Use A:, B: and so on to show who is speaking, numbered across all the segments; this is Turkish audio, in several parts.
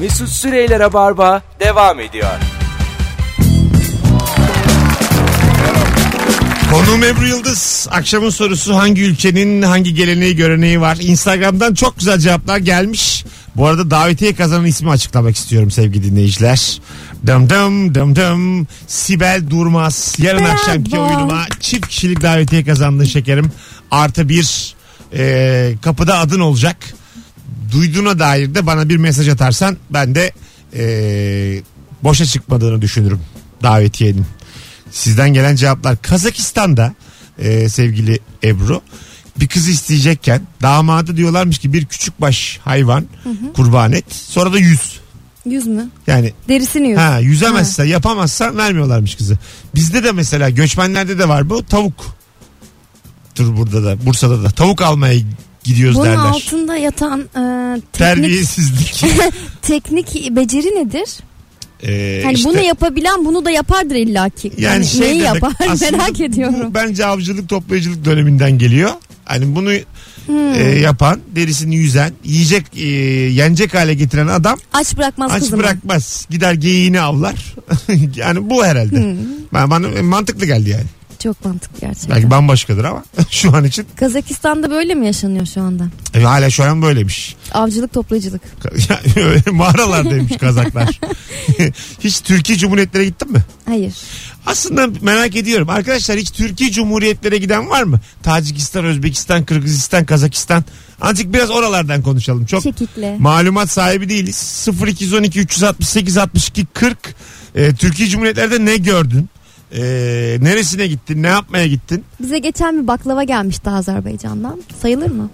A: Mesut Süreyler'e barba devam ediyor.
B: Konuğum Ebru Yıldız. Akşamın sorusu hangi ülkenin hangi geleneği göreneği var? Instagram'dan çok güzel cevaplar gelmiş. Bu arada davetiye kazanan ismi açıklamak istiyorum sevgili dinleyiciler. Dım dım dım dım. Sibel Durmaz. Yarın
C: Bravo.
B: akşamki oyunuma çift kişilik davetiye kazandı şekerim. Artı bir e, kapıda adın olacak. Duyduğuna dair de bana bir mesaj atarsan ben de e, boşa çıkmadığını düşünürüm davetiyenin. Sizden gelen cevaplar. Kazakistan'da e, sevgili Ebru bir kız isteyecekken damadı diyorlarmış ki bir küçük baş hayvan kurban et. Sonra da yüz.
C: Yüz mü?
B: Yani
C: Derisini yüz.
B: ha yüzemezse yapamazsa vermiyorlarmış kızı. Bizde de mesela göçmenlerde de var bu tavuk. Dur burada da Bursa'da da tavuk almaya gidiyoruz
C: Bunun
B: derler.
C: altında yatan e, teknik,
B: Terbiyesizlik.
C: Hani teknik beceri nedir?
B: Ee,
C: Hani
B: işte-
C: bunu yapabilen bunu da yapardır illaki.
B: Yani
C: Yani
B: şey
C: neyi
B: demek,
C: yapar
B: aslında
C: merak ediyorum.
B: Bu bence avcılık toplayıcılık döneminden geliyor. Hani bunu e, yapan, derisini yüzen, yiyecek, e, yenecek hale getiren adam
C: Aç bırakmaz
B: aç
C: kızımı.
B: bırakmaz. Gider geyiğini avlar. yani bu herhalde. Ben, bana e, mantıklı geldi yani.
C: Çok mantıklı gerçekten.
B: Belki bambaşkadır ama şu an için
C: Kazakistan'da böyle mi yaşanıyor şu anda?
B: e, hala şu an böyleymiş.
C: Avcılık toplayıcılık.
B: Yani öyle Mağaralardaymış Kazaklar. Hiç Türkiye Cumhuriyetlere gittin mi?
C: Hayır.
B: Aslında merak ediyorum. Arkadaşlar hiç Türkiye Cumhuriyetlere giden var mı? Tacikistan, Özbekistan, Kırgızistan, Kazakistan. Azıcık biraz oralardan konuşalım. Çok
C: Çekikle.
B: malumat sahibi değiliz. 0212 368 62 40 Ee, Türkiye Cumhuriyetlerde ne gördün? Ee, neresine gittin? Ne yapmaya gittin?
C: Bize geçen bir baklava gelmişti Azerbaycan'dan. Sayılır mı?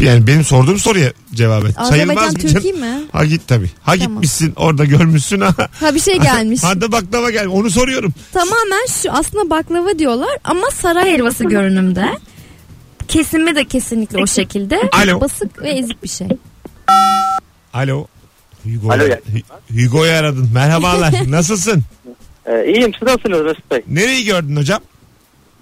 B: Yani benim sorduğum soruya cevap et.
C: Azerbaycan
B: Sayılmaz mı? canım?
C: Türkiye mi?
B: Ha git tabii. Ha
C: Tamam.
B: gitmişsin orada görmüşsün ha.
C: Ha bir şey gelmiş.
B: Ha da baklava gel. Onu soruyorum.
C: Tamamen şu aslında baklava diyorlar ama saray helvası görünümde. Kesimi de kesinlikle o şekilde.
B: Alo.
C: Basık ve ezik bir şey.
B: Alo. Hugo
D: Alo, iyi
B: Hugo'yu aradın. Merhabalar. Nasılsın?
D: Ee, iyiyim siz nasılsınız Mesut Bey?
B: Nereyi gördün hocam?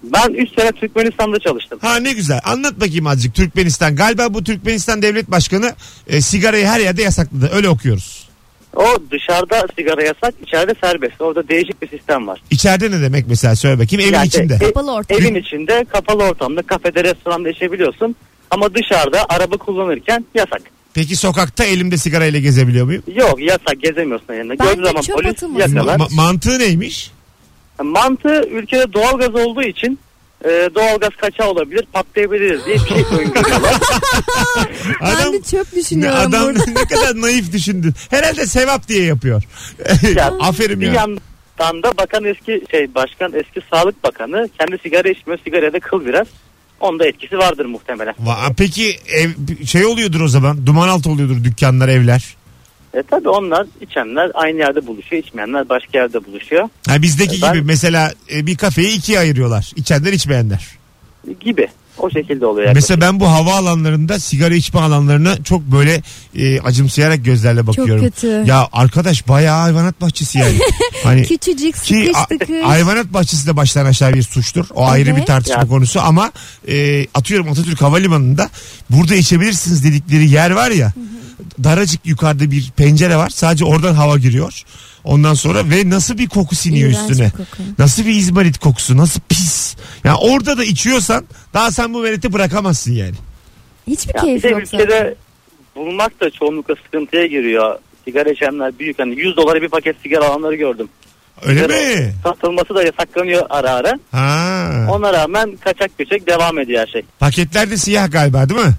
D: Ben 3 sene Türkmenistan'da çalıştım.
B: Ha ne güzel. Anlat bakayım azıcık Türkmenistan. Galiba bu Türkmenistan Devlet Başkanı e, sigarayı her yerde yasakladı. Öyle okuyoruz.
D: O dışarıda sigara yasak içeride serbest. Orada değişik bir sistem var.
B: İçeride ne demek mesela söyle bakayım. Evin
D: Yani,
B: içinde.
D: e,
C: Kapalı ortam.
D: evin içinde kapalı ortamda kafede restoranda içebiliyorsun. Ama dışarıda araba kullanırken yasak.
B: Peki sokakta elimde sigarayla gezebiliyor muyum?
D: Yok yasak gezemiyorsun yanına.
C: Bence
D: Gördüğü zaman
C: çöp
D: polis
C: atılmasın.
D: yakalar.
B: Ma- mantığı neymiş?
D: Mantığı ülkede doğalgaz olduğu için e, doğalgaz kaçağı olabilir patlayabiliriz diye bir şey öngörüyorlar.
C: ben de çöp
B: ne,
C: düşünüyorum
B: adam
C: burada.
B: ne kadar naif düşündü. Herhalde sevap diye yapıyor.
D: Ya,
B: Aferin
D: bir
B: ya.
D: yandan da bakan eski şey başkan eski sağlık bakanı kendi sigara içmiyor sigaraya da kıl biraz. Onda etkisi vardır muhtemelen.
B: Va- Peki ev, şey oluyordur o zaman. Duman altı oluyordur dükkanlar, evler.
D: E tabi onlar içenler aynı yerde buluşuyor içmeyenler başka yerde buluşuyor
B: Ha bizdeki
D: Ben-
B: gibi mesela e, bir kafeyi ikiye ayırıyorlar. İçenler içmeyenler.
D: gibi. O şekilde oluyor. Yani.
B: Mesela ben bu hava alanlarında sigara içme alanlarına çok böyle e, acımsayarak gözlerle bakıyorum.
C: kötü.
B: Ya arkadaş bayağı hayvanat bahçesi yani. hani
C: Küçücük
B: ki
C: sıkış
B: a-
C: tıkış.
B: hayvanat bahçesi de baştan aşağı bir suçtur. O ayrı
C: Evet.
B: bir tartışma
D: Ya.
B: konusu ama e, atıyorum Atatürk Havalimanı'nda burada içebilirsiniz dedikleri yer var ya. Daracık yukarıda bir pencere var. Sadece oradan hava giriyor. Ondan sonra ve nasıl bir koku siniyor
C: İğrenç bir
B: üstüne.
C: koku.
B: Nasıl bir izmarit kokusu, nasıl pis. Ya orada da içiyorsan daha sen bu veleti bırakamazsın yani.
C: Hiçbir
D: Ya bir
C: keyfi
D: de
C: yok zaten.
D: ülkede bulmak da çoğunlukla sıkıntıya giriyor. Sigara içenler büyük hani 100 dolara bir paket sigara alanları gördüm.
B: Öyle
D: Sigara
B: mi?
D: Satılması da yasaklanıyor ara ara.
B: Ha.
D: Ona rağmen kaçak göçek devam ediyor her şey.
B: Paketler de siyah galiba değil mi?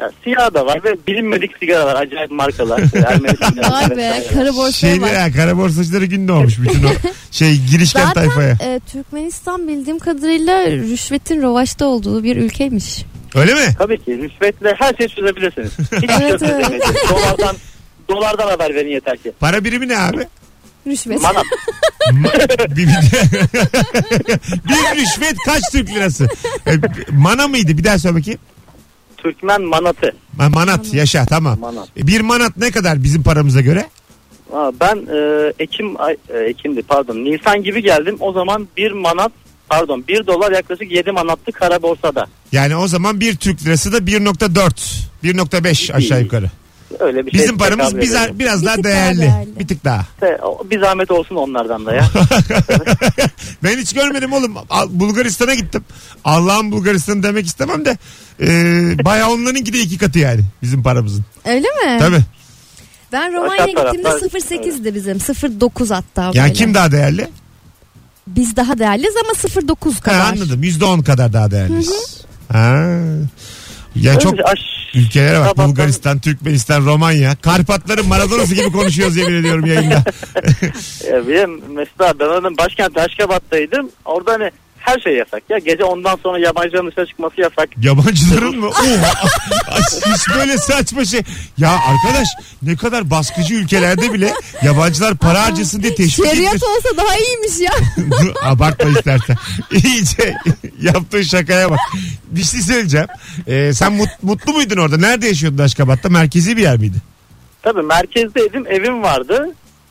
D: Ya, siyah da var ve bilinmedik sigaralar acayip markalar. Ermeni
C: Vay be
D: sigaralar.
C: kara borsaya bak.
B: Şeyler ha, kara borsacıları gün doğmuş bütün o şey girişken
C: Zaten-
B: tayfaya.
C: Ee, Türkmenistan bildiğim kadarıyla rüşvetin rovaşta olduğu bir ülkeymiş.
B: Öyle mi?
D: Tabii ki rüşvetle her şeyi çözebilirsiniz. Hiç
C: Evet,
D: şey
C: evet.
D: çözemeyeceksiniz. dolardan, dolardan haber verin yeter ki.
B: Para birimi ne abi?
C: Rüşvet.
D: Manat.
B: bir, bir, bir rüşvet kaç Türk lirası? E, Mana mıydı? Bir daha söyle bakayım.
D: Türkmen manatı.
B: Ha, Manat yaşa tamam.
D: Manat.
B: E, Bir manat ne kadar bizim paramıza göre?
D: Aa, ben e, Ekim ay, e, Ekim'di pardon Nisan gibi geldim. O zaman bir manat pardon bir dolar yaklaşık 7 manattı kara borsada.
B: Yani o zaman bir Türk lirası da 1.4 1.5 aşağı yukarı.
D: Öyle bir şey.
B: Bizim paramız
D: tekabül
B: biz,
D: ediyor.
B: biraz
C: Bir
B: daha
C: tık daha
B: değerli.
C: değerli.
B: Bir tık daha.
D: İşte o- bir zahmet olsun onlardan da ya.
B: ben hiç görmedim oğlum. Al- Bulgaristan'a gittim. Allah'ım Bulgaristan demek istemem de e, bayağı onlarınki de iki katı yani bizim paramızın.
C: Öyle mi?
B: Tabii.
C: Ben
D: Aşağı
C: Romanya'ya gittiğimde
D: taraflar-
C: 0.8'di bizim. 0.9 hatta böyle.
B: Yani kim daha değerli?
C: Biz daha değerliyiz ama 0.9 kadar.
B: Ha, anladım. Yüzde on kadar daha değerliyiz. Ha. Yani çok
D: Önce aş...
B: ülkelere bak.
D: Sabahtan-
B: Bulgaristan, Türkmenistan, Romanya. Karpatların Maradona'sı gibi konuşuyoruz yemin ediyorum yayında.
D: Ya benim mesela ben oranın başkenti Aşkabat'taydım. Orada hani her şey yasak ya. Gece ondan sonra yabancıların dışarı çıkması yasak.
B: Yabancıların mı? Oha. Ay, Hiç böyle saçma şey. Ya arkadaş ne kadar baskıcı ülkelerde bile yabancılar para harcasın diye teşvik edilir.
C: Şeriat olsa daha iyiymiş ya.
B: Abartma istersen. İyice yaptığın şakaya bak. Bir şey söyleyeceğim. Ee, sen mut- mutlu muydun orada? Nerede yaşıyordun Aşkabat'ta? Merkezi bir yer miydi?
D: Tabii merkezdeydim evim vardı.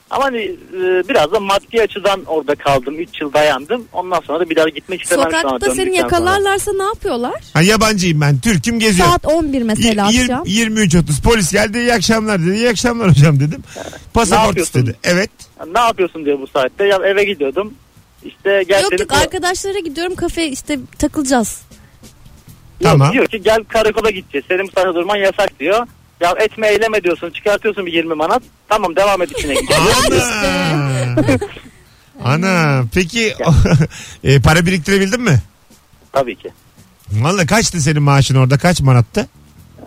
D: Ama hani e, biraz da maddi açıdan orada kaldım. 3 yıl dayandım. Ondan sonra da bir daha gitmek istemem. şu an
C: Sokakta seni
D: döndükten sonra.
C: yakalarlarsa ne yapıyorlar?
B: Ha, yabancıyım ben. Türk'üm geziyorum.
C: Saat 11 mesela akşam.
B: 23.30 polis geldi iyi akşamlar dedi. İyi akşamlar hocam dedim.
D: Ne
B: Pasaport
D: yapıyorsun?
B: istedi. Evet.
D: Ne yapıyorsun diyor bu saatte. Ya eve gidiyordum. İşte gel
C: Yok
D: seni-
C: yok arkadaşlara gidiyorum kafe işte takılacağız.
B: Tamam.
D: Diyor ki gel karakola gideceğiz. Senin bu saatte durman yasak diyor. Ya etme eyleme diyorsun. Çıkartıyorsun bir 20 manat. Tamam devam et içine gidiyor.
B: Ana. Ana. Peki e, para biriktirebildin mi?
D: Tabii ki.
B: Valla kaçtı senin maaşın orada? Kaç manattı?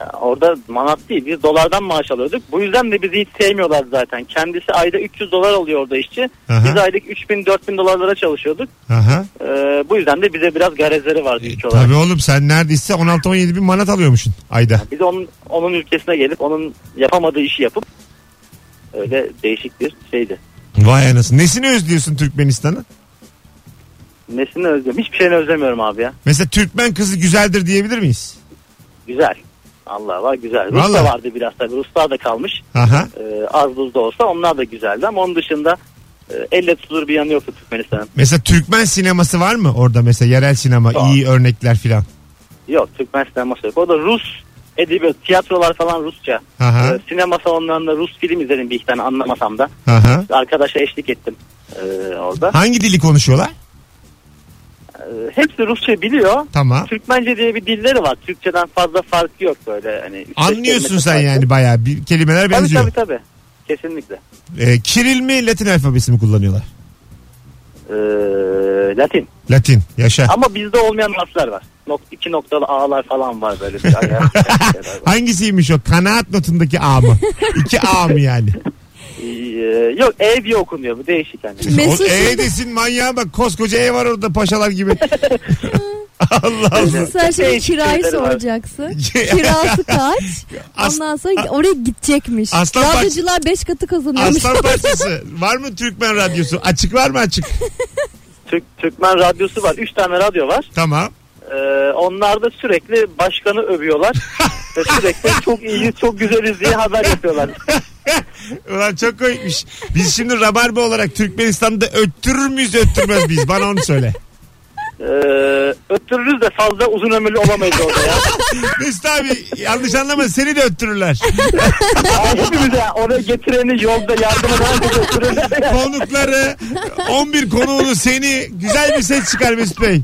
D: Ya Orada manat değil biz dolardan maaş alıyorduk. Bu yüzden de bizi hiç sevmiyorlar zaten. Kendisi ayda 300 dolar alıyor orada işçi.
B: Aha.
D: Biz aylık 3000-4000 dolarlara çalışıyorduk.
B: Aha.
D: Ee, bu yüzden de bize biraz garezleri vardı
B: E,
D: ilk olarak.
B: tabii oğlum sen neredeyse 16-17 bin manat alıyormuşsun ayda.
D: Biz onun, onun ülkesine gelip onun yapamadığı işi yapıp öyle değişik bir şeydi.
B: Vay anasını. Nesini özlüyorsun Türkmenistan'ı?
D: Nesini özlüyorum? Hiçbir şeyini özlemiyorum abi ya.
B: Mesela Türkmen kızı güzeldir diyebilir miyiz?
D: Güzel. Allah var güzel. Rus
B: Vallahi.
D: da vardı biraz tabii. Ruslar da kalmış.
B: Aha.
D: Ee, az buz da olsa onlar da güzeldi ama onun dışında e, elle tutulur bir yanı yoktu Türkmenistan'ın.
B: Mesela Türkmen sineması var mı orada mesela yerel sinema
D: Var.
B: iyi örnekler filan.
D: Yok Türkmen sineması yok. O da Rus edebiyat, tiyatrolar falan Rusça.
B: Aha.
D: Ee, sinema salonlarında Rus film izledim bir iki tane anlamasam da.
B: Aha.
D: Arkadaşa eşlik ettim ee, orada.
B: Hangi dili konuşuyorlar?
D: Ee, hepsi Rusça biliyor.
B: Tamam.
D: Türkmence diye bir dilleri var. Türkçeden fazla farkı yok böyle. Hani üç beş
B: Anlıyorsun
D: kelimesi
B: sen
D: farkı.
B: yani bayağı bir kelimeler
D: Tabii
B: benziyor.
D: tabii tabii. Kesinlikle.
B: Ee, Kiril mi Latin alfabesi mi kullanıyorlar?
D: Ee, Latin.
B: Latin. Yaşa.
D: Ama bizde olmayan harfler var. Nok iki noktalı A'lar falan var böyle. Bir ayağı- şeyler var.
B: Hangisiymiş o? Kanaat notundaki A mı? İki A mı yani?
D: Ee, yok E diye okunuyor bu değişik hani.
B: O
C: Mesut
B: E desin manyağa bak. Koskoca E var orada paşalar gibi. Allah Allah.
C: sen şimdi
D: Değişik
C: kirayı
D: şeyleri var.
C: soracaksın. Kirası kaç?
B: As-
C: Ondan sonra oraya gidecekmiş.
B: Aslan parça-
C: Radyocular 5 katı kazanıyormuş.
B: Aslan parçası. Var mı Türkmen radyosu? Açık var mı açık?
D: Türk, Türkmen radyosu var. Üç tane radyo var.
B: Tamam.
D: Ee, onlar da sürekli başkanı övüyorlar. Ve sürekli çok iyiyiz, çok güzeliz diye haber yapıyorlar.
B: Ulan çok koymuş. Biz şimdi rabarba olarak Türkmenistan'da öttürür müyüz öttürmez miyiz? Bana onu söyle.
D: Ee, öttürürüz de fazla uzun ömürlü olamayız orada ya.
B: Mesut abi yanlış anlama seni de öttürürler.
D: Aa, Hepimize oraya getireni yolda yardım eden götürürler.
B: Konukları 11 konuğunu seni güzel bir ses çıkar Mesut Bey.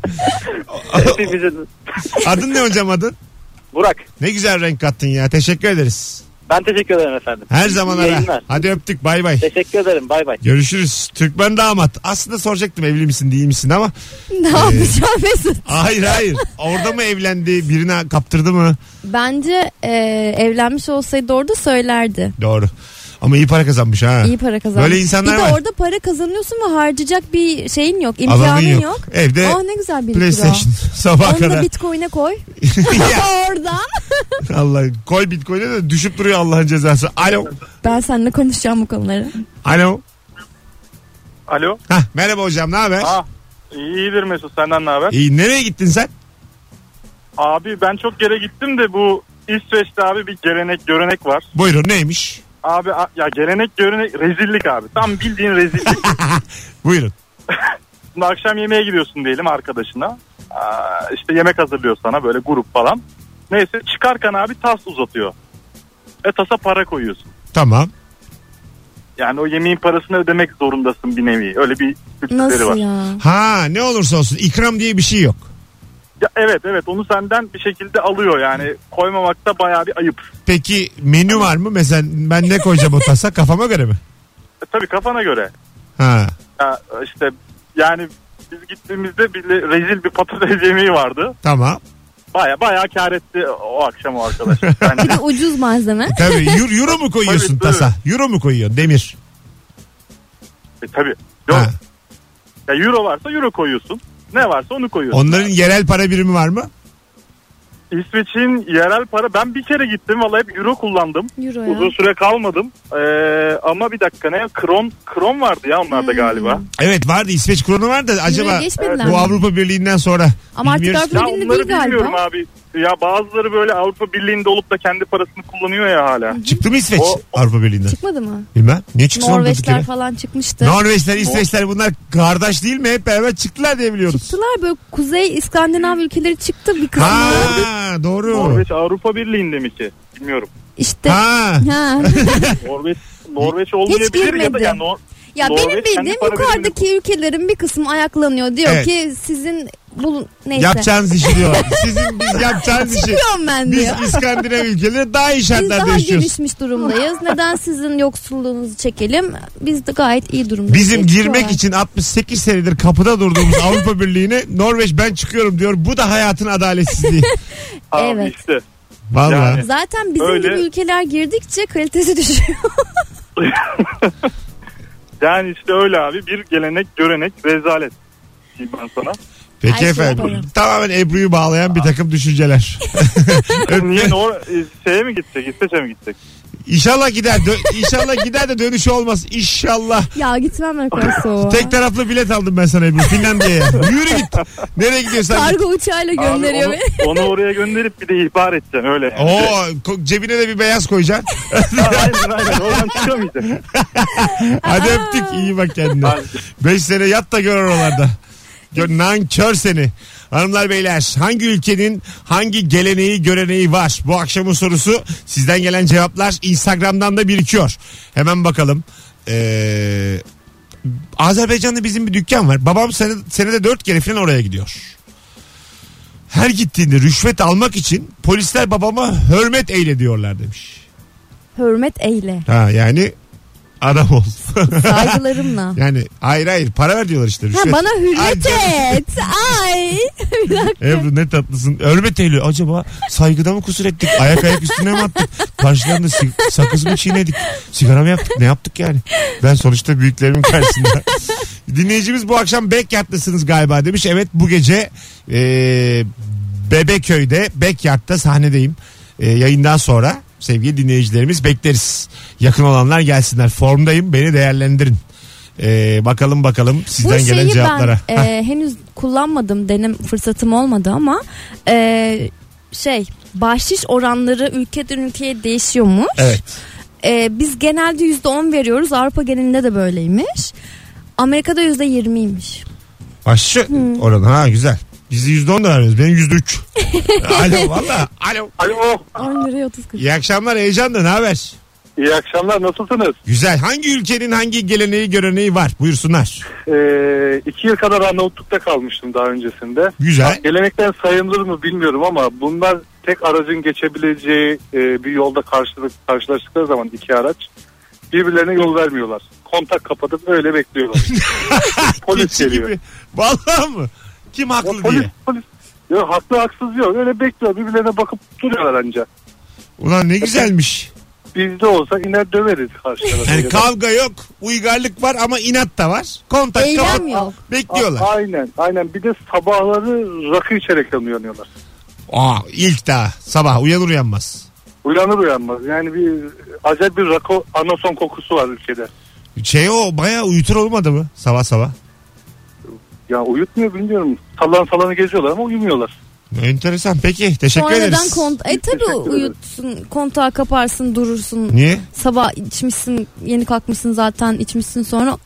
D: Hepimizin.
B: Adın ne hocam adın?
D: Burak
B: Ne güzel renk kattın ya. Teşekkür ederiz.
D: ben teşekkür ederim efendim.
B: Her
D: İyi
B: zaman ara.
D: yayınlar.
B: Hadi öptük bay bay.
D: Teşekkür ederim bay bay.
B: Görüşürüz. Türkmen damat. Aslında soracaktım evli misin değil misin ama
C: ne
B: Ee.
C: yapacağım Mesut?
B: hayır hayır. Orada mı evlendi? Birine kaptırdı mı?
C: Bence e, evlenmiş olsaydı orada söylerdi.
B: Doğru. Ama iyi para kazanmış ha.
C: İyi para kazanmış.
B: Böyle insanlar
C: bir de
B: var.
C: orada para kazanıyorsun ve harcayacak bir şeyin yok.
B: Alanın
C: imkanın
B: yok.
C: yok.
B: Evde
C: Aa ne güzel bir
B: PlayStation sabah
C: Onu da
B: kadar.
C: bitcoin'e koy.
B: Ya,
C: Oradan.
B: Allah koy Bitcoin'e de düşüp duruyor Allah'ın cezası. Alo.
C: Ben seninle konuşacağım bu konuları.
B: Alo.
E: Alo.
B: Hah, merhaba hocam ne haber?
E: Ah, iyidir Mesut senden ne haber?
B: İyi, nereye gittin sen?
E: Abi ben çok yere gittim de bu İsveç'te abi bir gelenek görenek var.
B: Buyurun neymiş?
E: Abi a- ya gelenek görenek rezillik abi. Tam bildiğin rezillik.
B: Buyurun.
E: Şimdi akşam yemeğe gidiyorsun diyelim arkadaşına. Aa, işte yemek hazırlıyor sana böyle grup falan. Neyse çıkarken abi tas uzatıyor. E, tasa para koyuyorsun.
B: Tamam.
E: Yani o yemeğin parasını ödemek zorundasın bir nevi. Öyle bir kültürleri var.
C: Nasıl ya?
B: Ha ne olursa olsun ikram diye bir şey yok.
E: Ya evet evet onu senden bir şekilde alıyor yani koymamakta bayağı bir ayıp.
B: Peki menü var mı? Mesela ben ne koyacağım o tasa kafama göre mi?
E: E, tabii kafana göre.
B: Ha.
E: Ya, işte yani biz gittiğimizde bir rezil bir patates yemeği vardı.
B: Tamam.
E: Baya baya kar etti o akşam o arkadaş. Bence.
C: Bir de ucuz malzeme.
B: Tabii euro, euro mu koyuyorsun
E: Tabii, tabii.
B: tasa? Euro mu koyuyorsun? Demir.
E: E, tabii. Yok.
B: Ha.
E: Ya, euro varsa euro koyuyorsun. Ne varsa onu koyuyorsun.
B: Onların yerel para birimi var mı?
E: İsveç'in yerel para ben bir kere gittim valla hep euro kullandım.
C: Euro
E: Uzun
C: ya.
E: süre kalmadım. Ee, ama bir dakika ne? Kron, kron vardı ya onlarda
C: Hmm.
E: galiba.
B: Evet vardı İsveç kurunu var da acaba
C: Euro'ya geçmediler
B: bu
C: mi?
B: Avrupa Birliği'nden sonra
C: Ama artık
B: bilmiyoruz.
C: Avrupa-
E: Ya
C: Birliği'nde
E: onları
C: değil
E: bilmiyorum
C: galiba.
E: abi. Ya bazıları böyle Avrupa Birliği'nde olup da kendi parasını kullanıyor ya hala.
B: Çıktı mı İsveç
E: O-
B: Avrupa Birliği'nden?
C: Çıkmadı mı?
B: Bilmem. Niye çıksın oğlum durduk
C: Norveçler
B: yere?
C: falan çıkmıştı.
B: Norveçler, İsveçler bunlar kardeş değil mi? Hep beraber çıktılar diye biliyoruz.
C: Çıktılar böyle Kuzey İskandinav ülkeleri çıktı bir kısmı.
B: Ha doğru.
E: Norveç Avrupa Birliği'nde mi ki? Bilmiyorum.
C: İşte.
B: Ha.
C: Ha.
E: Norveç Norveç olmayabilir ya da
C: girmedi.
E: yani Nor-
C: ya
E: Norveç
C: benim
E: kendi
C: bildiğim
E: para
C: yukarıdaki ülkelerin bir kısmı ayaklanıyor. Diyor
B: Evet.
C: ki sizin bulun neyse.
B: Yapacağınız işi diyorlar. Sizin biz yapacağınız işi.
C: Çıkıyorum ben
B: şey Biz
C: diyor.
B: İskandinav ülkeleri daha iyi
C: Biz
B: şartlarda
C: daha
B: yaşıyoruz.
C: gelişmiş durumdayız. Neden sizin yoksulluğunuzu çekelim? Biz de gayet iyi durumdayız.
B: Bizim
C: diye
B: girmek
C: çıkıyorlar.
B: için 68 senedir kapıda durduğumuz Avrupa Birliği'ne Norveç ben çıkıyorum diyor. Bu da hayatın adaletsizliği.
E: Abi
C: Evet.
E: işte.
B: Valla.
E: Yani.
C: Zaten bizim
E: Öyle.
C: gibi ülkeler girdikçe kalitesi düşüyor.
E: Yani işte öyle abi bir gelenek görenek rezalet. Diyeyim Ben sana.
B: Peki
C: Her şey
B: efendim.
C: yaparım.
B: Tamamen Ebru'yu bağlayan bir takım düşünceler.
E: Niye Nor e, şeye mi gidecek? İsveç'e mi gidecek?
B: İnşallah gider. Dö- İnşallah gider de dönüşü olmaz. İnşallah.
C: ya gitmem ben kadar soğuğa.
B: Tek taraflı bilet aldım ben sana Ebru. Finlandiya'ya. Yürü git. Nereye gidiyorsan git.
C: Kargo uçağıyla
E: Abi
C: gönderiyor
E: onu,
C: beni.
E: onu oraya gönderip bir de ihbar edeceksin öyle. yani.
D: Oh.
B: Oo, ko- cebine de bir beyaz koyacaksın.
E: Ha, aynen aynen oradan çıkamayacaksın.
B: Hadi öptük. İyi bak kendine.
E: Hadi.
B: 5 sene yat da gör oralarda. Gör, nankör seni. Hanımlar beyler hangi ülkenin hangi geleneği göreneği var? Bu akşamın sorusu sizden gelen cevaplar Instagram'dan da birikiyor. Hemen bakalım. Ee, Azerbaycan'da bizim bir dükkan var. Babam sene, senede dört kere falan oraya gidiyor. Her gittiğinde rüşvet almak için polisler babama hürmet eyle diyorlar demiş.
C: Hürmet eyle.
B: Ha yani adam ol.
C: Saygılarımla.
B: yani hayır hayır para ver diyorlar işte rüşvet.
C: Ha, bana
B: Ay,
C: hürmet
B: canım.
C: et. Ay. Bir dakika.
B: Ebru ne tatlısın. Örme teyli. Acaba saygıda mı kusur ettik? Ayak ayak üstüne mi attık? Karşılarında si- sakız mı çiğnedik? Sigara mı yaptık? Ne yaptık yani? Ben sonuçta büyüklerimin karşısında. Dinleyicimiz bu akşam Backyard'dasınız galiba demiş. Evet bu gece e, Bebeköy'de Backyard'da sahnedeyim. E, yayından sonra sevgili dinleyicilerimiz bekleriz. Yakın olanlar gelsinler. Formdayım beni değerlendirin. E, bakalım bakalım
C: Bu
B: sizden gelen
C: şeyi
B: cevaplara.
C: ben
B: Hah.
C: e, henüz kullanmadım. Denem fırsatım olmadı ama e, şey bahşiş oranları ülkeden ülkeye değişiyormuş.
B: Evet.
C: E, biz genelde yüzde on veriyoruz. Avrupa genelinde de böyleymiş. Amerika'da yüzde yirmiymiş.
B: Aşçı oranı ha güzel. Bizi yüzde on da vermiyoruz. Benim yüzde üç. Alo valla. Alo.
D: Alo.
C: 10 liraya 30 kuruş.
B: İyi akşamlar heyecanla ne haber?
D: İyi akşamlar nasılsınız?
B: Güzel. Hangi ülkenin hangi geleneği göreneği var? Buyursunlar.
D: Ee, iki yıl kadar Arnavutluk'ta kalmıştım daha öncesinde.
B: Güzel.
D: Gelenekten sayılır mı bilmiyorum ama bunlar tek aracın geçebileceği e, bir yolda karşılık, karşılaştıkları zaman iki araç birbirlerine yol vermiyorlar. Kontak kapatıp öyle bekliyorlar. polis
B: Keçi
D: geliyor.
B: gibi. Vallahi mı? Kim
D: Ya
B: haklı
D: polis,
B: diye.
D: polis. Yok, haklı haksız yok. Öyle bekliyor. Birbirlerine bakıp duruyorlar anca.
B: Ulan ne güzelmiş.
D: Bizde olsa iner döveriz karşı tarafa.
B: Yani kavga yok, uygarlık var ama inat da var. Kontak kapat,
C: Eylem yok.
B: bekliyorlar.
D: A- Aynen aynen bir de sabahları rakı içerek uyanıyorlar.
B: Aa, ilk daha sabah uyanır uyanmaz.
D: Uyanır uyanmaz yani bir acayip bir rakı anason kokusu var ülkede.
B: Şey o bayağı uyutur olmadı mı sabah sabah?
D: Ya uyutmuyor bilmiyorum. Sallan falanı geziyorlar ama uyumuyorlar.
B: Enteresan peki teşekkür
C: Sonradan
B: ederiz.
C: kont e tabi
D: Teşekkür ederim.
C: uyutsun kontağı kaparsın durursun
B: Niye?
C: sabah içmişsin yeni kalkmışsın zaten içmişsin sonra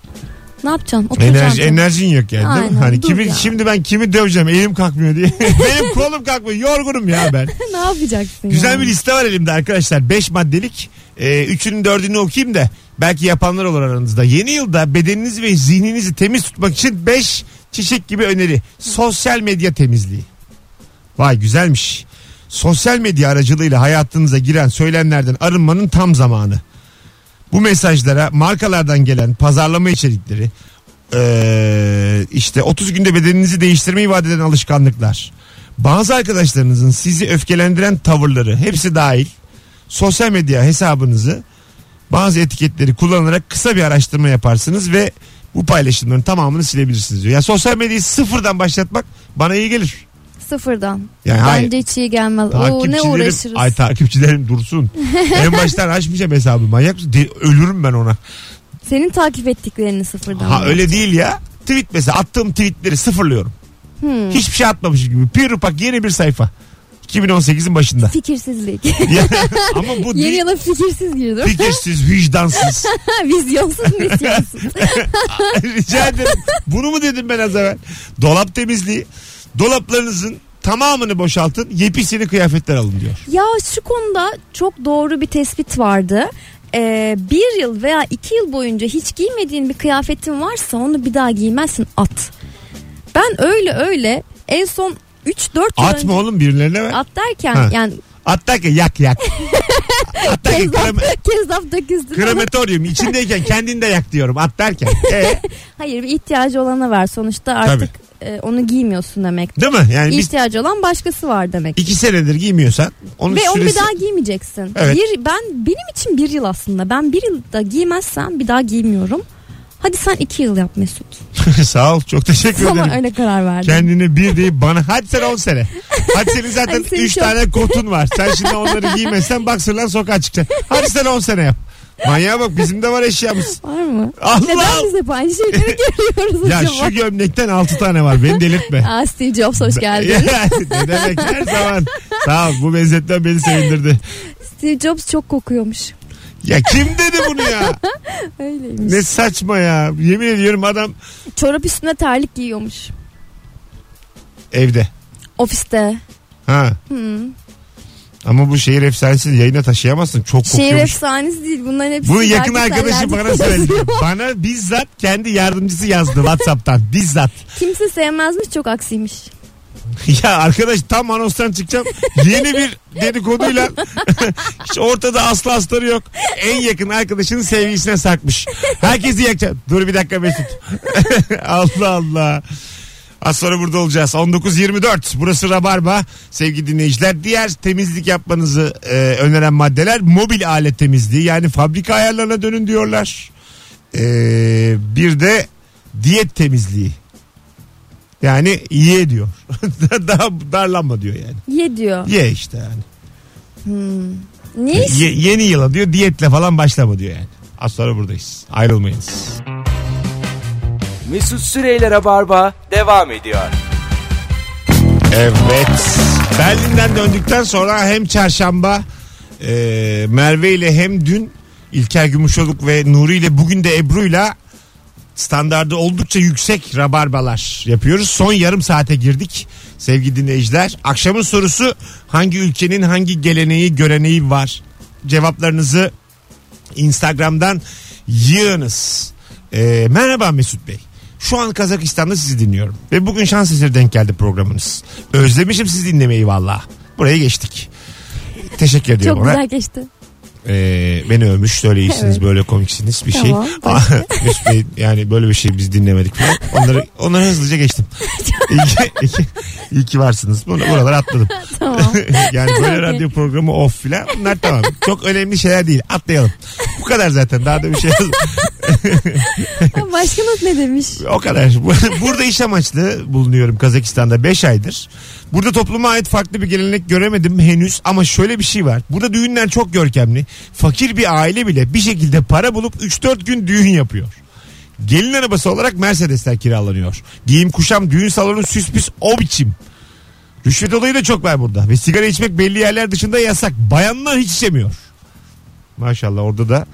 C: Ne yapacaksın? Oturacaksın.
B: Enerji, enerjin yok yani değil mi?
C: Aynen,
B: Hani
C: dur
B: kimi,
C: ya.
B: şimdi ben kimi döveceğim elim kalkmıyor diye. Benim kolum kalkmıyor yorgunum ya ben.
C: ne yapacaksın
B: Güzel
C: yani?
B: bir liste var elimde arkadaşlar. 5 maddelik. Ee, üçünün dördünü okuyayım da belki yapanlar olur aranızda. Yeni yılda bedeninizi ve zihninizi temiz tutmak için 5 çiçek gibi öneri. Sosyal medya temizliği. Vay güzelmiş. Sosyal medya aracılığıyla hayatınıza giren söylenlerden arınmanın tam zamanı. Bu mesajlara markalardan gelen pazarlama içerikleri, ee, işte 30 günde bedeninizi değiştirmeyi vaat eden alışkanlıklar. Bazı arkadaşlarınızın sizi öfkelendiren tavırları hepsi dahil sosyal medya hesabınızı bazı etiketleri kullanarak kısa bir araştırma yaparsınız ve bu paylaşımların tamamını silebilirsiniz diyor. Ya sosyal medyayı sıfırdan başlatmak bana iyi gelir.
C: Sıfırdan.
B: Yani hayır.
C: Bence hiç iyi gelmez. Oo, ne
B: Takipçilerim,
C: uğraşırız.
B: ay takipçilerim dursun. en baştan açmayacağım hesabı. Manyak mısın? De- ölürüm ben ona.
C: Senin takip ettiklerini sıfırdan.
B: Ha öyle değil ya. Tweet mesela attığım tweetleri sıfırlıyorum.
C: Hmm.
B: Hiçbir şey atmamışım gibi. Pir upak yeni bir sayfa. 2018'in başında.
C: Fikirsizlik.
B: Ya, Ama bu
C: Yeni
B: değil.
C: yıla fikirsiz girdim.
B: Fikirsiz, vicdansız.
C: Vizyonsuz, misyonsuz.
B: Rica ederim. Bunu mu dedim ben az evvel? Dolap temizliği. Dolaplarınızın tamamını boşaltın. Yepisini kıyafetler alın diyor.
C: Ya şu konuda çok doğru bir tespit vardı. Ee, bir yıl veya iki yıl boyunca hiç giymediğin bir kıyafetin varsa onu bir daha giymezsin at. Ben öyle öyle en son 3-4 yıl
B: At
C: önce-
B: mı oğlum birilerine ver.
C: At derken
B: Ha.
C: yani
B: Hatta ki yak yak. Hatta ki
C: kezzap,
B: krema-
C: kezzap da kızdım.
B: krematoryum içindeyken kendini de yak diyorum. At derken. E,
C: Hayır bir ihtiyacı olana ver sonuçta artık e, onu giymiyorsun demek.
B: değil mi? Yani biz
C: İhtiyacı olan başkası var demek.
B: iki senedir giymiyorsan onun
C: Ve
B: süresi...
C: onu bir daha giymeyeceksin.
B: Evet.
C: Bir, ben benim için bir yıl aslında. Ben bir yılda giymezsem bir daha giymiyorum. Hadi sen iki yıl yap Mesut.
B: Sağ ol çok teşekkür
C: Sana
B: ederim.
C: öyle karar verdim.
B: Kendini bir deyip bana hadi sen 10 sene. Hadi senin zaten
C: Hadi senin
B: 3
C: çok-
B: tane kotun var. Sen şimdi onları giymezsen baksırlar sokağa çıkacaksın. Hadi sen 10 sene yap. Manyağa bak bizim de var eşyamız.
C: Var mı?
B: Allah!
C: Neden biz hep aynı şeyleri görüyoruz
B: Ya
C: acaba?
B: şu gömlekten 6 tane var beni delirtme.
C: Aa, Steve Jobs hoş geldin.
B: ne demek her zaman. Sağ ol bu benzetmen beni sevindirdi.
C: Steve Jobs çok kokuyormuş.
B: Ya kim dedi bunu ya?
C: Öyleymiş.
B: Ne saçma ya. Yemin ediyorum adam
C: Çorap üstüne terlik giyiyormuş.
B: evde.
C: Ofiste.
B: Ha.
C: Hmm.
B: Ama bu şehir efsanesini yayına taşıyamazsın. Çok kokuyormuş.
C: Şehir efsanesi değil. Bunların hepsi.
B: Bunu yakın arkadaşım
C: belgesellerde
B: bana söyledi.
C: yazıyor.
B: bana bizzat kendi yardımcısı yazdı Whatsapp'tan. Bizzat.
C: Kimse sevmezmiş çok aksiymiş.
B: Ya arkadaş tam anonstan çıkacağım. Yeni bir dedikoduyla hiç ortada aslı astarı yok. En yakın arkadaşının sevgilisine sakmış. Herkesi yakacak. Dur bir dakika Mesut. Allah Allah. Az sonra burada olacağız. 19.24 burası Rabarba. Sevgili dinleyiciler diğer temizlik yapmanızı e, öneren maddeler mobil alet temizliği. Yani fabrika ayarlarına dönün diyorlar. E, bir de diyet temizliği. Yani ye diyor. Daha darlanma diyor yani.
C: Ye diyor.
B: Ye işte yani.
C: Niye iş-
B: Ye- yeni yıla diyor diyetle falan başlama diyor yani. Az sonra buradayız. Ayrılmayınız.
A: Mesut Süreyler'e barba devam ediyor.
B: Evet. Berlin'den döndükten sonra hem çarşamba e, Merve ile hem dün İlker Gümüşoluk ve Nuri ile bugün de Ebru ile standardı oldukça yüksek rabarbalar yapıyoruz. Son yarım saate girdik sevgili dinleyiciler. Akşamın sorusu hangi ülkenin hangi geleneği göreneği var? Cevaplarınızı Instagram'dan yığınız. Ee, merhaba Mesut Bey. Şu an Kazakistan'da sizi dinliyorum. Ve bugün şans eseri denk geldi programınız. Özlemişim sizi dinlemeyi valla. Buraya geçtik. Teşekkür ediyorum
C: çok
B: ona.
C: güzel geçti.
B: Ee, beni övmüş şöyle iyisiniz
C: Evet.
B: böyle komiksiniz bir
C: Tamam,
B: şey. Mesut Bey, yani böyle bir şey biz dinlemedik falan. Onları, onları hızlıca geçtim. iyi, ki, iyi ki- iyi ki varsınız. Bunu, buraları atladım.
C: Tamam.
B: yani böyle radyo programı off filan bunlar tamam. Çok önemli şeyler değil. Atlayalım. Bu kadar zaten. Daha da bir şey yok.
C: Ha, Başkanımız ne demiş?
B: O kadar. Bu- Burada iş amaçlı bulunuyorum Kazakistan'da 5 aydır. Burada topluma ait farklı bir gelenek göremedim henüz ama şöyle bir şey var. Burada düğünler çok görkemli. Fakir bir aile bile bir şekilde para bulup 3-4 gün düğün yapıyor. Gelin arabası olarak Mercedesler kiralanıyor. Giyim kuşam düğün salonu süs püs o biçim. Rüşvet olayı da çok var burada. Ve sigara içmek belli yerler dışında yasak. Bayanlar hiç içemiyor. Maşallah orada da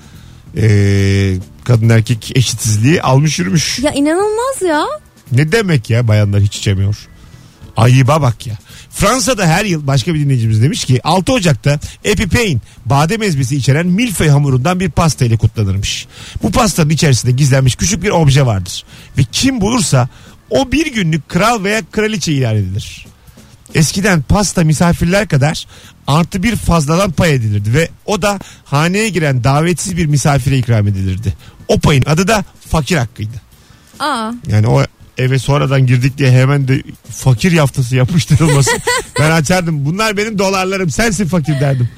B: e, kadın erkek eşitsizliği almış yürümüş.
C: Ya inanılmaz ya.
B: Ne demek ya bayanlar hiç içemiyor. Ayıba bak ya. Fransa'da her yıl başka bir dinleyicimiz demiş ki 6 Ocak'ta Epipain badem ezmesi içeren milföy hamurundan bir pasta ile kutlanırmış. Bu pastanın içerisinde gizlenmiş küçük bir obje vardır. Ve kim bulursa o bir günlük kral veya kraliçe ilan edilir. Eskiden pasta misafirler kadar artı bir fazladan pay edilirdi ve o da haneye giren davetsiz bir misafire ikram edilirdi. O payın adı da fakir hakkıydı.
C: Aa.
B: Yani o eve sonradan girdik diye hemen de fakir yaftası yapıştırılmasın. ben açardım. Bunlar benim dolarlarım. Sensin fakir derdim.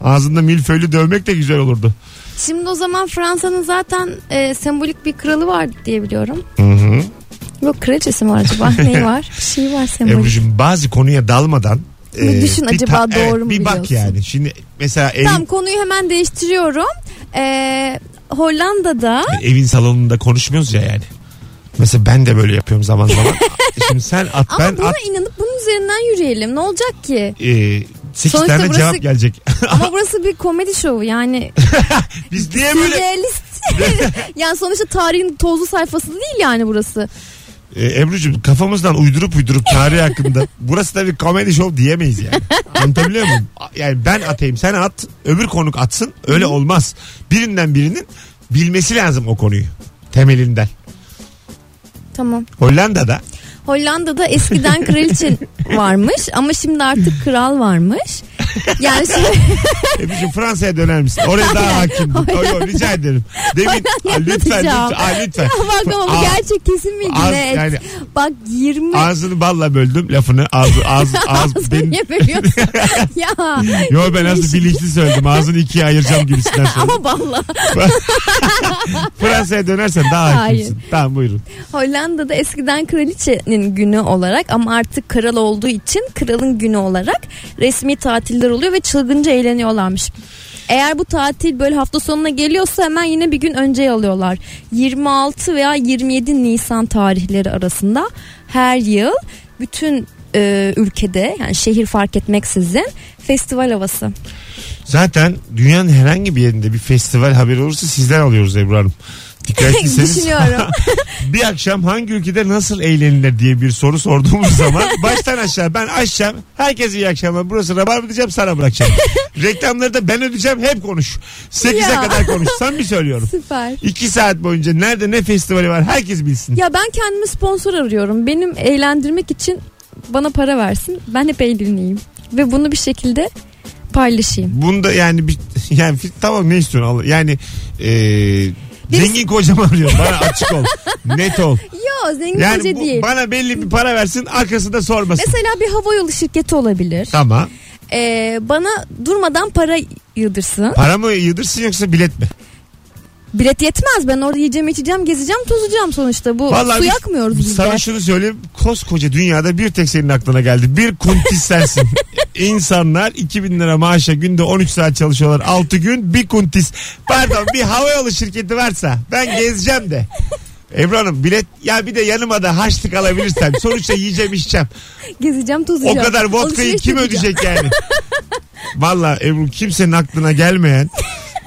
B: Ağzında milföylü dövmek de güzel olurdu.
C: Şimdi o zaman Fransa'nın zaten e, sembolik bir kralı var diye biliyorum. Yok kraliçesi mi var acaba? Neyi var? Bir şey var sembolik.
B: Ebru'cum bazı konuya dalmadan
C: Bir düşün acaba doğru mu
B: Bir bak
C: biliyorsun?
B: yani. Şimdi mesela evin,
C: Tamam konuyu hemen değiştiriyorum. E, Hollanda'da
B: evin salonunda konuşmuyoruz ya yani. Mesela ben de böyle yapıyorum zaman zaman. Şimdi sen at
C: ama
B: ben
C: buna
B: at.
C: inanıp bunun üzerinden yürüyelim. Ne olacak ki?
B: E, 8
C: Sonuçta
B: tane
C: burası-
B: cevap gelecek.
C: Ama burası bir komedi şovu yani.
B: Biz niye böyle
C: Realist. yani sonuçta tarihin tozlu sayfası değil yani burası.
B: E, Ebru'cum kafamızdan uydurup uydurup tarih hakkında burası da bir komedi show diyemeyiz yani. Anlatabiliyor muyum? A- Yani ben atayım sen at öbür konuk atsın öyle olmaz. Birinden birinin bilmesi lazım o konuyu temelinden.
C: Tamam.
B: Hollanda'da
C: Hollanda'da eskiden kraliçe varmış ama şimdi artık kral varmış. Yani şimdi
B: Ebru'cum Fransa'ya döner misin? Oraya daha hakim. Oy, oy, rica ederim. Demin Aa,
C: Hollanda'da
B: lütfen lütfen.
C: cevap.
B: Aa, lütfen.
C: bak ama
B: Aa,
C: bu gerçek kesin bir
B: ağız-
C: güne.
B: yani-
C: Bak 20
B: Ağzını balla böldüm lafını. Ağzı, ağız, ağız,
C: ağzını
B: benim,
C: niye bölüyorsun? ya.
B: yo ben nasıl bilinçli söyledim. Ağzını ikiye ayıracağım gibisinden söyledim.
C: Ama valla
B: Fransa'ya dönersen daha
C: Hayır.
B: hakimsin. Tamam buyurun.
C: Hollanda'da eskiden kraliçenin günü olarak ama artık kral olduğu için kralın günü olarak resmi tatiller oluyor ve çılgınca eğleniyorlarmış. Eğer bu tatil böyle hafta sonuna geliyorsa hemen yine bir gün önce alıyorlar. 26 veya 27 Nisan tarihleri arasında her yıl bütün e, ülkede yani şehir fark etmeksizin festival havası.
B: Zaten dünyanın herhangi bir yerinde bir festival haberi olursa sizden alıyoruz Ebru Hanım. Dikkat ettiyseniz
C: Düşünüyorum.
B: bir akşam hangi ülkede nasıl eğlenilir diye bir soru sorduğumuz zaman baştan aşağı ben açacağım. Herkes iyi akşamlar. Burası rabar diyeceğim sana bırakacağım. Reklamları da ben ödeyeceğim hep konuş. 8'e
C: Ya.
B: kadar konuş. Sen bir söylüyorum.
C: Süper.
B: 2 saat boyunca nerede ne festivali var herkes bilsin.
C: Ya ben kendime sponsor arıyorum. Benim eğlendirmek için bana para versin. Ben hep eğleneyim. Ve bunu bir şekilde paylaşayım.
B: Bunda yani bir yani fi- tamam ne istiyorsun Allah yani eee, zengin kocam arıyor bana açık ol net ol
C: Yo zengin
B: yani
C: hoca
B: bu-
C: değil.
B: bana belli bir para versin arkasında sormasın
C: Mesela bir hava yolu şirketi olabilir.
B: tamam
C: Ee, bana durmadan para yıldırsın.
B: para mı yığdırsın yoksa bilet mi
C: Bilet yetmez. Ben orada yiyeceğim, içeceğim, gezeceğim, tozacağım sonuçta. Bu su
B: biz-
C: yakmıyoruz biz
B: sana
C: de.
B: şunu söyleyeyim koskoca dünyada bir tek senin aklına geldi bir kuntis sensin insanlar 2000 lira maaşa günde 13 saat çalışıyorlar 6 gün bir kuntis pardon bir havayolu şirketi varsa ben gezeceğim de Ebru Hanım bilet ya bir de yanıma da haçlık alabilirsem sonuçta yiyeceğim içeceğim
C: Gezeceğim,
B: O
C: tozacağım.
B: kadar vodkayı
C: Alışveriş
B: kim
C: yapacağım.
B: ödeyecek yani? Valla Ebru kimsenin aklına gelmeyen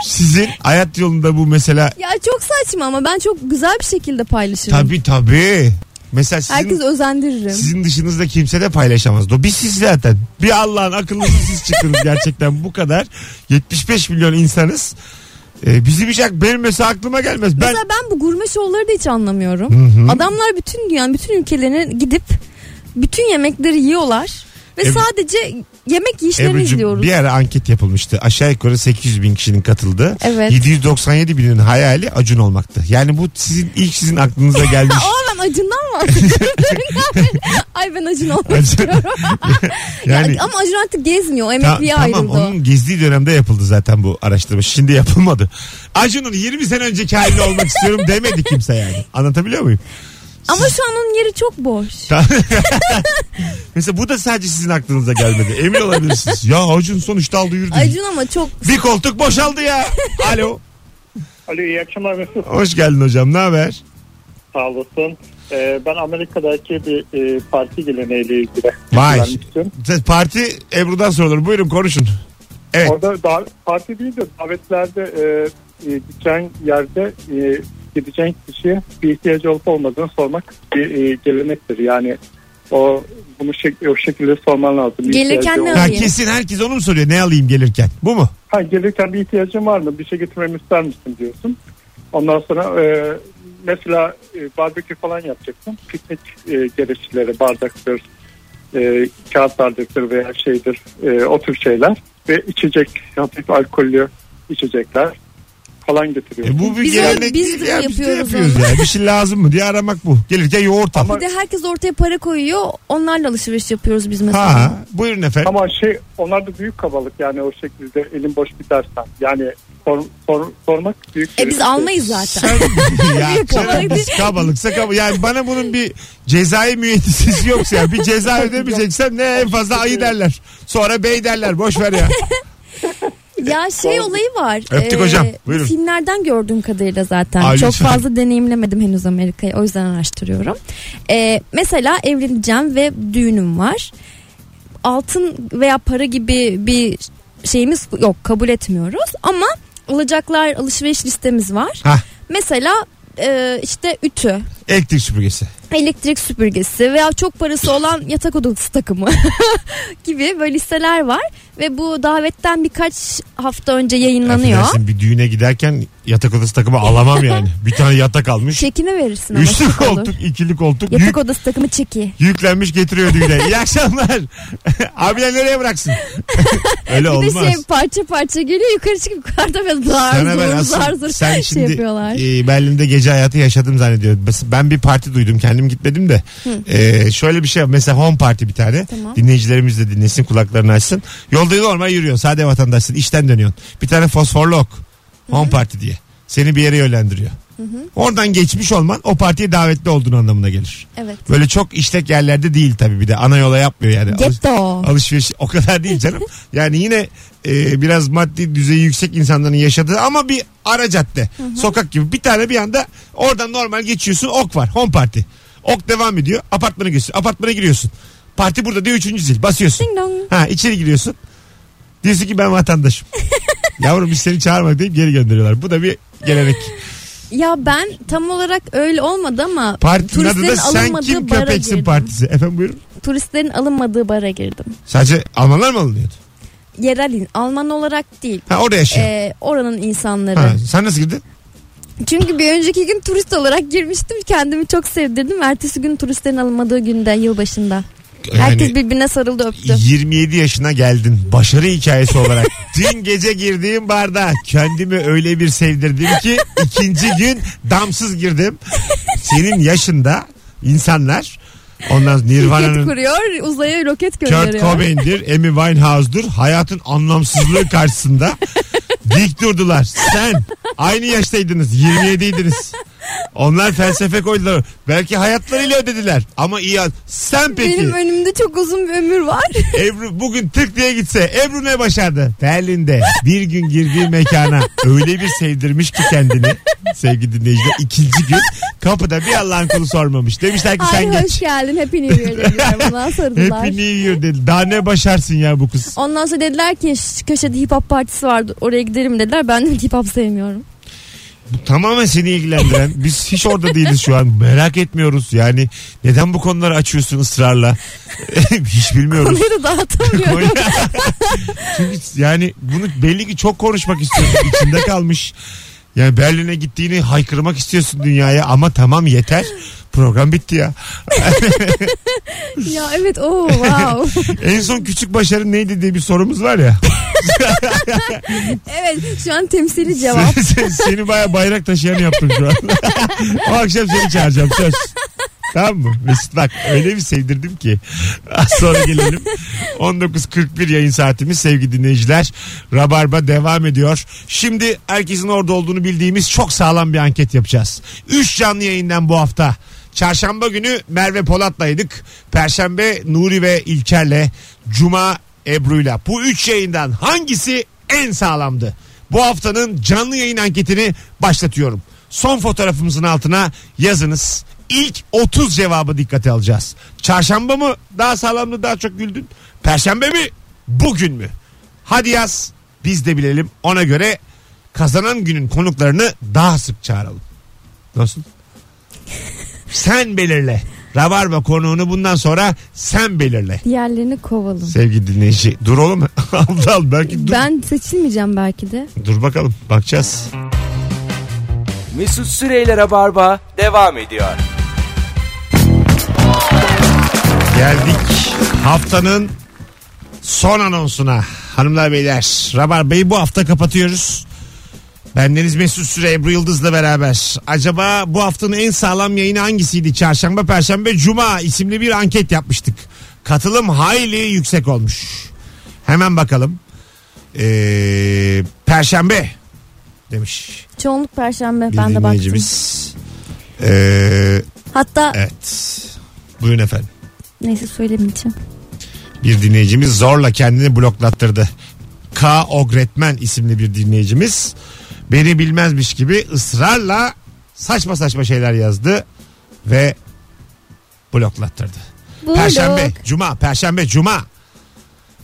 B: sizin hayat yolunda bu mesela
C: Ya çok saçma ama ben çok güzel bir şekilde paylaşırım.
B: tabi tabi. Mesela sizin,
C: Herkes özendiririm.
B: sizin dışınızda kimse de paylaşamaz. O Biz siz zaten. Bir Allah'ın akıllısı siz çıktınız gerçekten bu kadar. 75 milyon insanız. Ee, bizim hiç ak- benim mesela aklıma gelmez. Ben
C: Mesela ben bu gurme şovları da hiç anlamıyorum. Adamlar bütün dünyanın bütün ülkelerine gidip bütün yemekleri yiyorlar ve
B: Ebru-
C: sadece yemek yiyişlerini
B: Ebru'cum,
C: izliyoruz.
B: bir ara anket yapılmıştı. Aşağı yukarı 800 bin kişinin katıldığı.
C: Evet.
B: 797 binin hayali Acun olmaktı. Yani bu sizin ilk sizin aklınıza gelmiş.
C: Aa ben acından var. Ay ben acın olmak
B: Acun-
C: istiyorum.
B: yani
C: Ya, ama acın artık gezmiyor. O
B: ta-
C: Emekliye
B: tamam
C: ayrıldı. o.
B: onun gezdiği dönemde yapıldı zaten bu araştırma. Şimdi yapılmadı. Acun'un 20 sene önceki halini olmak istiyorum demedi kimse yani. Anlatabiliyor muyum?
C: Ama şu an onun yeri çok boş.
B: Mesela bu da sadece sizin aklınıza gelmedi. Emin olabilirsiniz. Ya Acun sonuçta aldı yürüdü.
C: Acun ama çok
B: Bir koltuk boşaldı ya. Alo.
E: Alo iyi akşamlar Mesut.
B: Hoş geldin hocam. Ne haber?
E: Sağ olasın. Ee, ben Amerika'daki bir e, parti geleneğiyle ilgili
B: Vay.
E: öğrenmiştim.
B: Siz Parti Ebru'dan sorulur. Buyurun konuşun. Evet.
E: Orada da, parti değil de davetlerde e,
D: e, gideceğin yerde e, gideceğin kişiye bir ihtiyacı olup olmadığını sormak bir e, gelenektir. Yani o bunu şek- o şekilde sorman lazım. Bir
C: Gelirken
D: ihtiyacı
C: ne
D: ol-
B: Ha,
C: alayım?
B: kesin herkes onu mu soruyor? Ne alayım gelirken? Bu mu?
D: Ha, gelirken bir ihtiyacın var mı? Bir şey getirmemi ister misin diyorsun. Ondan sonra e, mesela e, barbekü falan yapacaksın. Piknik e, gereçleri, bardaktır, e, kağıt bardaktır veya şeydir. e, o tür şeyler. Ve içecek, hafif alkollü içecekler falan getiriyorsun.
B: E bu bir
C: Biz onu-
B: gelenek
C: biz
B: değil
C: de
B: ya. Biz de
C: yapıyoruz
B: yapıyoruz
C: onu.
B: ya. Bir şey lazım mı diye aramak bu. Gelirken yoğurt al.
C: Bir de herkes ortaya para koyuyor. Onlarla alışveriş yapıyoruz biz mesela.
B: Ha, buyurun efendim.
D: Ama şey onlar da büyük kabalık yani o şekilde elin boş bitersen. Yani sor, sor- sormak büyük
C: E
D: bir- şey.
C: biz almayız zaten.
B: ya,
C: Büyük
B: canım,
C: kabalık.
B: biz kabalıksa kabalık. Yani bana bunun bir cezai müeyyidesiz yoksa ya. Bir ceza ödemeyeceksem ne en fazla ayı derler. Sonra bey derler. Boş ver ya.
C: ya şey olayı var.
B: E, Öptük hocam, buyurun. şey.
C: Filmlerden gördüğüm kadarıyla zaten.
B: Ay,
C: Çok
B: lütfen.
C: fazla deneyimlemedim henüz Amerika'yı. O yüzden araştırıyorum. Ee, mesela evleneceğim ve düğünüm var. Altın veya para gibi bir şeyimiz yok. Kabul etmiyoruz. Ama alacaklar alışveriş listemiz var.
B: Hah.
C: Mesela e, işte ütü,
B: Elektrik süpürgesi.
C: elektrik süpürgesi veya çok parası olan yatak odası takımı gibi böyle listeler var ve bu davetten birkaç hafta önce yayınlanıyor.
B: Affedersin, bir düğüne giderken yatak odası takımı alamam yani. Bir tane yatak almış.
C: Çekine verirsin ama
B: Üçlü
C: çok olur.
B: koltuk, ikili koltuk.
C: Şey, Yatak
B: Yük,
C: odası takımı çeki.
B: yüklenmiş getiriyor düğüne. İyi akşamlar. Abiler nereye bıraksın? Öyle
C: Bir de
B: olmaz.
C: şey parça parça geliyor yukarı çıkıp yukarıda böyle
B: Sana ben
C: zar zor
B: asıl-
C: zar zor
B: sen
C: şey
B: şimdi
C: yapıyorlar.
B: e, Berlin'de gece hayatı yaşadım zannediyorum. Bas- Ben bir parti duydum kendim gitmedim de. E, şöyle bir şey yap. mesela home party bir tane.
C: Tamam.
B: Dinleyicilerimiz de dinlesin kulaklarını açsın. Yolda normal yürüyorsun sade vatandaşsın işten dönüyorsun. Bir tane fosforlu ok home party diye. Seni bir yere yönlendiriyor. Oradan geçmiş olman o partiye davetli olduğun anlamına gelir.
C: Evet.
B: Böyle çok işlek yerlerde değil tabii bir de ana yola yapmıyor yani. Alış-
C: Ghetto.
B: alışveriş o kadar değil canım. Yani yine e, biraz maddi düzeyi yüksek insanların yaşadığı ama bir ara cadde. Sokak gibi. Bir tane bir anda oradan normal geçiyorsun. Ok var. Home party. Ok devam ediyor. Apartmana giriyorsun. Apartmana giriyorsun. Parti burada diyor üçüncü zil. Basıyorsun.
C: Ding dong.
B: Ha içeri giriyorsun. Diyorsun ki ben vatandaşım. Yavrum biz seni çağırmadık deyip geri gönderiyorlar. Bu da bir gelenek.
C: Ya ben tam olarak öyle olmadı ama
B: Partinin adı
C: turistlerin
B: da sen
C: alınmadığı
B: kim
C: bara
B: köpeksin
C: girdim.
B: partisi. Efendim buyurun.
C: turistlerin alınmadığı bara girdim.
B: Sadece Almanlar mı alınıyordu?
C: Yerel in- Alman olarak değil.
B: Ha orada yaşıyor.
C: Ee, oranın insanları.
B: ha, sen nasıl girdin?
C: Çünkü bir önceki gün turist olarak girmiştim. Kendimi çok sevdirdim. Ertesi gün turistlerin alınmadığı günde yılbaşında. Herkes
B: Yani-
C: birbirine sarıldı öptü.
B: 27 yaşına geldin. Başarı hikayesi olarak. Dün gece girdiğim barda kendimi öyle bir sevdirdim ki ikinci gün damsız girdim. Senin yaşında insanlar ondan
C: Roket
B: Nirvana'nın
C: kuruyor, uzaya roket
B: Kurt
C: gönderiyor.
B: Cobain'dir, Amy Winehouse'dur. Hayatın anlamsızlığı karşısında dik durdular. Sen aynı yaştaydınız, 27'ydiniz. Onlar felsefe koydular. Belki hayatlarıyla ödediler. Ama iyi. Sen peki.
C: Benim önümde çok uzun bir ömür var.
B: Ebru bugün tık diye gitse Ebru ne başardı? Berlin'de bir gün girdiği mekana öyle bir sevdirmiş ki kendini sevgili dinleyiciler ikinci gün kapıda bir Allah'ın kulu sormamış. Demişler ki
C: Hayır
B: sen
C: hoş
B: geç.
C: geldin. Happy New Year dediler. Bundan sarıldılar.
B: Happy New Year dedi. Daha ne başarsın ya bu kız?
C: Ondan sonra dediler ki şu köşede hip hop partisi vardı. Oraya gidelim dediler. Ben de hip hop sevmiyorum.
B: Bu tamamen seni ilgilendiren. Biz hiç orada değiliz şu an. Merak etmiyoruz. Yani neden bu konuları açıyorsun ısrarla? hiç bilmiyoruz.
C: Konuyu da dağıtamıyorum.
B: Konya. Çünkü yani bunu belli ki çok konuşmak istiyorsun. İçinde kalmış. Yani Berlin'e gittiğini haykırmak istiyorsun dünyaya ama tamam yeter. Program bitti ya.
C: ya evet o wow.
B: En son küçük başarı neydi diye bir sorumuz var ya.
C: evet şu an temsili cevap.
B: Sen- seni baya bayrak taşıyan yaptım şu an. o akşam seni çağıracağım söz. Tamam mı? Mesut bak öyle bir sevdirdim ki. Az sonra gelelim. 19.41 yayın saatimiz sevgili dinleyiciler. Rabarba devam ediyor. Şimdi herkesin orada olduğunu bildiğimiz çok sağlam bir anket yapacağız. 3 canlı yayından bu hafta. Çarşamba günü Merve Polat'laydık. Perşembe Nuri ve İlker'le. Cuma Ebru'yla. Bu 3 yayından hangisi en sağlamdı? Bu haftanın canlı yayın anketini başlatıyorum. Son fotoğrafımızın altına yazınız. İlk 30 cevabı dikkate alacağız. Çarşamba mı daha sağlamdı daha çok güldün? Perşembe mi? Bugün mü? Hadi yaz biz de bilelim ona göre kazanan günün konuklarını daha sık çağıralım. Nasıl? sen belirle. Rabarba konuğunu bundan sonra sen belirle.
C: Diğerlerini kovalım.
B: Sevgili dinleyici. Dur oğlum. al al belki dur.
C: Ben seçilmeyeceğim belki de.
B: Dur bakalım. Bakacağız.
A: Mesut Süreyler'e barba devam ediyor.
B: Geldik haftanın son anonsuna. Hanımlar beyler Rabarba'yı bu hafta kapatıyoruz. Bendeniz Mesut Süre Ebru Yıldız'la beraber. Acaba bu haftanın en sağlam yayını hangisiydi? Çarşamba, Perşembe, Cuma isimli bir anket yapmıştık. Katılım hayli yüksek olmuş. Hemen bakalım. Ee, Perşembe demiş
C: Çoğunluk perşembe
B: bir
C: ben de baktım.
B: dinleyicimiz. Ee,
C: Hatta
B: evet. Buyurun efendim.
C: neyse söylemeyeceğim.
B: bir dinleyicimiz zorla kendini bloklattırdı. K. Ogretmen isimli bir dinleyicimiz beni bilmezmiş gibi ısrarla saçma saçma şeyler yazdı ve bloklattırdı.
C: Blok.
B: Perşembe, cuma, perşembe, cuma.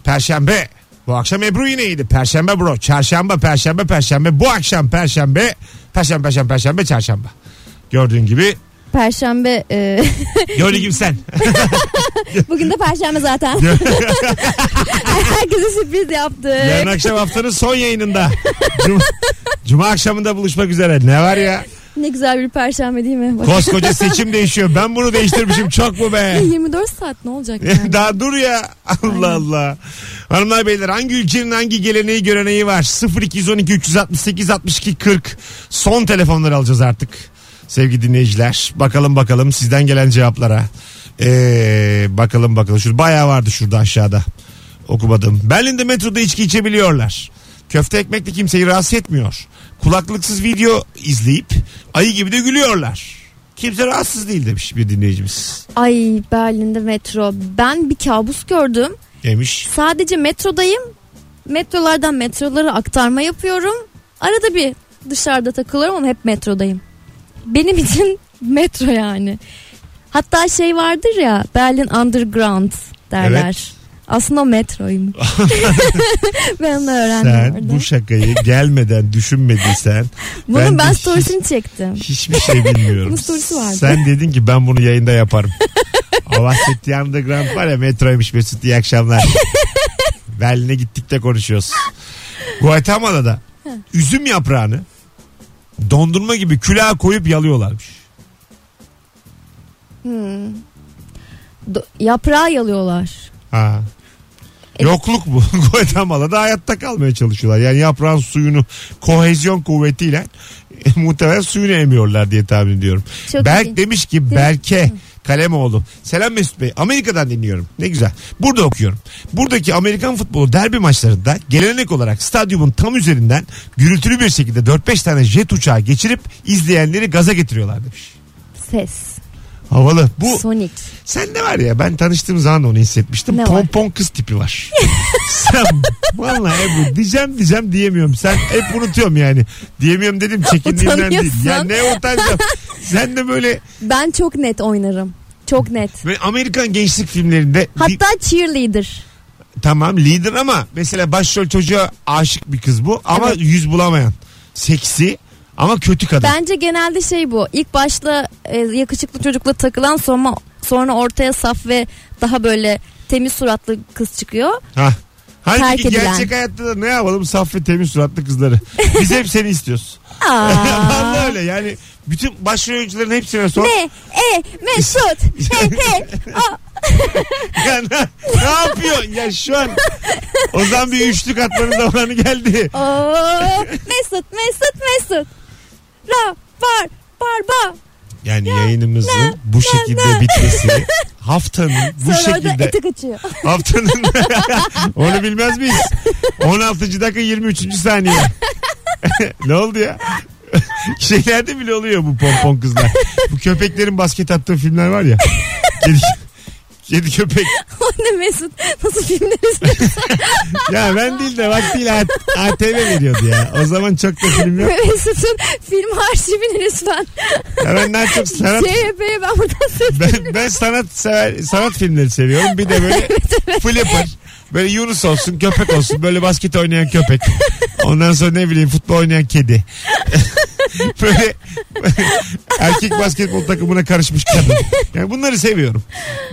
B: Perşembe. Bu akşam Ebru yine iyiydi. Perşembe bro. Çarşamba, perşembe, perşembe. Bu akşam perşembe. Perşembe, perşembe, perşembe, çarşamba. Gördüğün gibi.
C: Perşembe e,
B: Gördüğün gibi sen.
C: bugün de perşembe zaten. Herkese sürpriz yaptık.
B: Yarın akşam haftanın son yayınında. Cuma, Cuma akşamında buluşmak üzere. Ne var ya?
C: Ne güzel bir perşembe değil mi? Bak-
B: Koskoca seçim değişiyor. Ben bunu değiştirmişim. Çok mu be?
C: 24 saat ne olacak yani?
B: Daha dur ya. Allah Allah. Hanımlar beyler hangi ülkenin hangi geleneği göreneği var? 0212 368 62 40. Son telefonları alacağız artık. Sevgili dinleyiciler. Bakalım bakalım sizden gelen cevaplara. Ee, bakalım bakalım. Şurada bayağı vardı şurada aşağıda. Okumadım. Berlin'de metroda içki içebiliyorlar. Köfte ekmekle kimseyi rahatsız etmiyor. Kulaklıksız video izleyip ayı gibi de gülüyorlar. Kimse rahatsız değil demiş bir dinleyicimiz.
C: Ay Berlin'de metro. Ben bir kabus gördüm.
B: Demiş.
C: Sadece metrodayım. Metrolardan metrolara aktarma yapıyorum. Arada bir dışarıda takılıyorum ama hep metrodayım. Benim için metro yani. Hatta şey vardır ya Berlin Underground derler.
B: Evet.
C: Aslında o metroymuş. ben onu öğrendim
B: Sen
C: orada.
B: bu şakayı gelmeden düşünmediysen
C: Bunun
B: ben
C: ben,
B: de hiç-
C: storiesini çektim.
B: hiçbir şey bilmiyorum.
C: Bunun sorusu vardı.
B: Sen dedin ki ben bunu yayında yaparım. Avasitli Underground var ya metroymuş Mesut iyi akşamlar. Berlin'e gittik de konuşuyoruz. Guatemala'da üzüm yaprağını dondurma gibi külaha koyup yalıyorlarmış.
C: Hmm. Do- yaprağı yalıyorlar.
B: Ha.
C: Evet.
B: Yokluk bu. Guatemala'da hayatta kalmaya çalışıyorlar. Yani yaprağın suyunu kohezyon kuvvetiyle e, muhtemelen suyunu emiyorlar diye tahmin ediyorum.
C: Çok
B: Berk
C: ilginç.
B: demiş ki Berke Kalemoğlu. Selam Mesut Bey. Amerika'dan dinliyorum. Ne güzel. Burada okuyorum. Buradaki Amerikan futbolu derbi maçlarında gelenek olarak stadyumun tam üzerinden gürültülü bir şekilde 4-5 tane jet uçağı geçirip izleyenleri gaza getiriyorlar demiş.
C: Ses.
B: Havalı. Bu
C: Sonic.
B: sen ne var ya ben tanıştığım zaman onu hissetmiştim.
C: Ne var?
B: Pompon kız tipi var. sen vallahi Ebru diyeceğim diyeceğim diyemiyorum. Sen hep unutuyorum yani. Diyemiyorum dedim çekindiğimden değil. Ya
C: Utanıyorsun.
B: ne utanacağım. sen de böyle,
C: Ben çok net oynarım. Çok net.
B: böyle Amerikan gençlik filmlerinde di-
C: Hatta cheerleader.
B: tamam lider ama mesela başrol çocuğa aşık bir kız bu ama
C: Evet.
B: yüz bulamayan. Seksi ama kötü kadın.
C: Bence genelde şey bu. İlk başta e, yakışıklı çocukla takılan sonra sonra ortaya saf ve daha böyle temiz suratlı kız çıkıyor.
B: Ha. Halbuki
C: Terk edilen.
B: gerçek hayatta da ne yapalım saf ve temiz suratlı kızları. Biz hep seni istiyoruz. Vallahi
C: Aa.
B: öyle yani bütün başrol oyuncuların hepsine sor.
C: ne? E, Mesut. He he.
B: Ya ne, ne yapıyorsun ya şu an? O zaman bir üçlük atmanın zamanı geldi.
C: Oo, Mesut, Mesut, Mesut. La, bar, barba.
B: Yani yayınımızın bu şekilde bitmesi haftanın bu
C: Sonra orada
B: şekilde
C: eti kaçıyor.
B: haftanın onu bilmez miyiz? 16. dakika 23. saniye. ne oldu ya? Şeylerde bile oluyor bu pompon kızlar. Bu köpeklerin basket attığı filmler var ya. Kedi, kedi köpek.
C: o ne Mesut? Nasıl filmler izliyorsun?
B: Ya ben değil de vaktiyle A- ATV veriyordu ya. O zaman çok da film yok.
C: Mesut'un film arşivini lütfen.
B: Ya ben daha çok sanat
C: CHP'ye ben buradan söylüyorum.
B: ben, ben sanat sever, sanat filmleri seviyorum. Bir de böyle flipper. Böyle Yunus olsun köpek olsun. Böyle basket oynayan köpek. Ondan sonra ne bileyim futbol oynayan kedi. böyle erkek basketbol takımına karışmış kadın. Yani bunları seviyorum.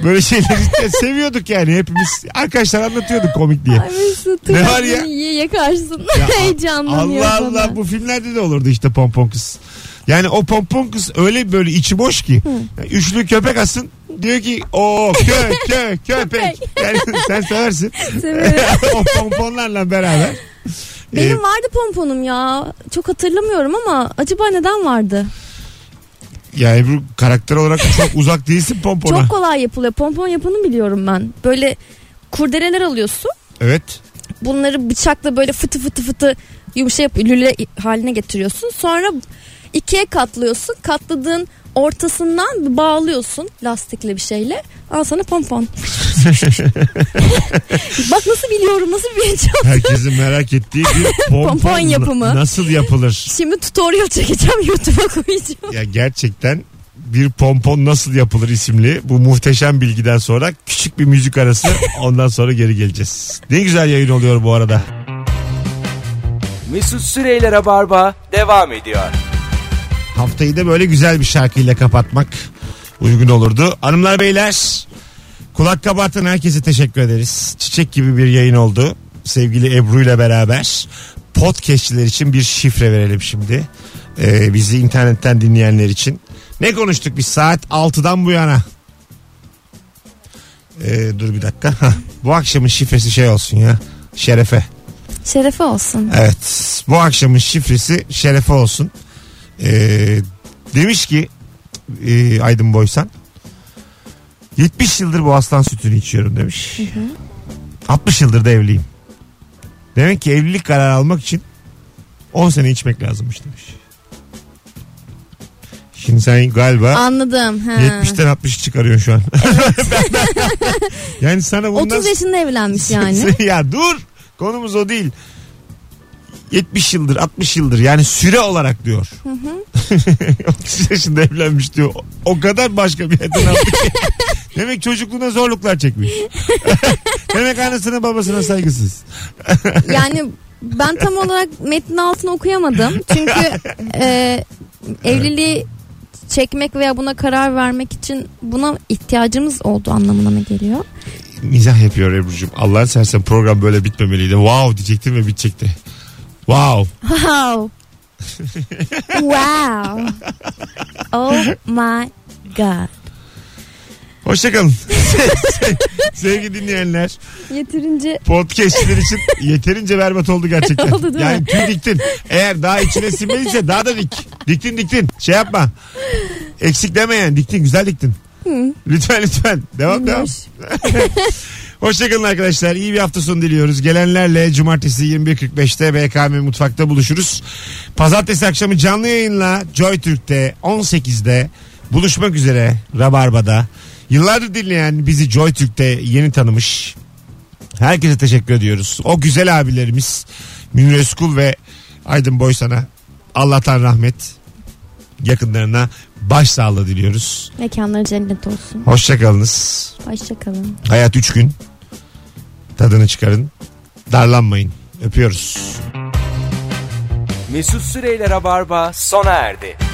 B: Böyle şeyleri işte seviyorduk yani hepimiz. Arkadaşlar anlatıyorduk komik diye.
C: Ay Mesut
B: Ne var ya?
C: Ye ye karşısın.
B: Ya a-
C: Heyecanlanıyor
B: Allah
C: bana.
B: Allah bu filmlerde de olurdu işte pompon kız. Yani o pompon kız öyle böyle içi boş ki. Yani Üçlü köpek asın diyor ki o kö kö köpek. Yani sen seversin.
C: Seviyorum.
B: o pomponlarla beraber.
C: Benim
B: Ee,
C: vardı pomponum ya. Çok hatırlamıyorum ama acaba neden vardı?
B: yani bu karakter olarak çok uzak değilsin pompona.
C: Çok kolay yapılıyor. Pompon yapanı biliyorum ben. Böyle kurdeleler alıyorsun.
B: Evet.
C: Bunları bıçakla böyle fıtı fıtı fıtı yumuşayıp lüle haline getiriyorsun. Sonra ikiye katlıyorsun. Katladığın ortasından bağlıyorsun lastikle bir şeyle. Al sana pompon. Bak nasıl biliyorum nasıl bileceğim.
B: Herkesin merak ettiği bir pompon,
C: Pompon yapımı.
B: Nasıl yapılır?
C: Şimdi tutorial çekeceğim YouTube'a koyacağım.
B: Ya gerçekten bir pompon nasıl yapılır isimli bu muhteşem bilgiden sonra küçük bir müzik arası ondan sonra geri geleceğiz. Ne güzel yayın oluyor bu arada.
A: Mesut Süreyler'e barba devam ediyor.
B: Haftayı da böyle güzel bir şarkıyla kapatmak uygun olurdu. Hanımlar beyler kulak kabartan herkese teşekkür ederiz. Çiçek gibi bir yayın oldu. Sevgili Ebru ile beraber podcastçiler için bir şifre verelim şimdi. Ee, bizi internetten dinleyenler için. Ne konuştuk biz saat 6'dan bu yana? Ee, dur bir dakika. bu akşamın şifresi şey olsun ya. Şerefe.
C: Şerefe olsun.
B: Evet. Bu akşamın şifresi şerefe olsun. Ee, demiş ki e, Aydın Boysan 70 yıldır bu aslan sütünü içiyorum demiş. 60 yıldır da evliyim. Demek ki evlilik kararı almak için 10 sene içmek lazımmış demiş. Şimdi sen galiba
C: Anladım. Ha.
B: 70'ten 60'ı çıkarıyorsun şu an. yani sana bundan
C: 30 yaşında evlenmiş yani.
B: ya dur. Konumuz o değil. 70 yıldır 60 yıldır yani süre olarak diyor. 30 yaşında evlenmiş diyor. O kadar başka bir yerden aldı ki. Demek çocukluğuna zorluklar çekmiş. Demek anasına babasına saygısız.
C: yani ben tam olarak metnin altını okuyamadım. Çünkü e, evliliği çekmek veya buna karar vermek için buna ihtiyacımız olduğu anlamına mı geliyor?
B: Mizah yapıyor Ebru'cum. Allah'ın sersen program böyle bitmemeliydi. Wow diyecektim ve bitecekti. Wow.
C: Wow. wow. Oh my god.
B: Hoşçakalın. Sevgili dinleyenler.
C: Yeterince
B: podcastçiler için yeterince berbat oldu gerçekten.
C: Oldu değil
B: yani
C: mi?
B: tüy diktin. Eğer daha içine sinmediyse daha da dik. Diktin diktin. Şey yapma. Eksik deme yani. Diktin güzel diktin. Lütfen lütfen. Devam devam.
C: Bilmiyorum.
B: Hoşçakalın arkadaşlar. İyi bir hafta sonu diliyoruz. Gelenlerle cumartesi 21.45'te BKM Mutfak'ta buluşuruz. Pazartesi akşamı canlı yayınla Joy Türk'te 18'de buluşmak üzere Rabarba'da. Yıllardır dinleyen bizi Joy Türk'te yeni tanımış. Herkese teşekkür ediyoruz. O güzel abilerimiz Münir Özkul ve Aydın Boysan'a Allah'tan rahmet yakınlarına başsağlığı diliyoruz.
C: mekanları cennet olsun.
B: Hoşçakalınız.
C: Hoşçakalın.
B: Hayat 3 gün. Tadını çıkarın. Darlanmayın. Öpüyoruz.
A: Mesut Süreyler'e barba sona erdi.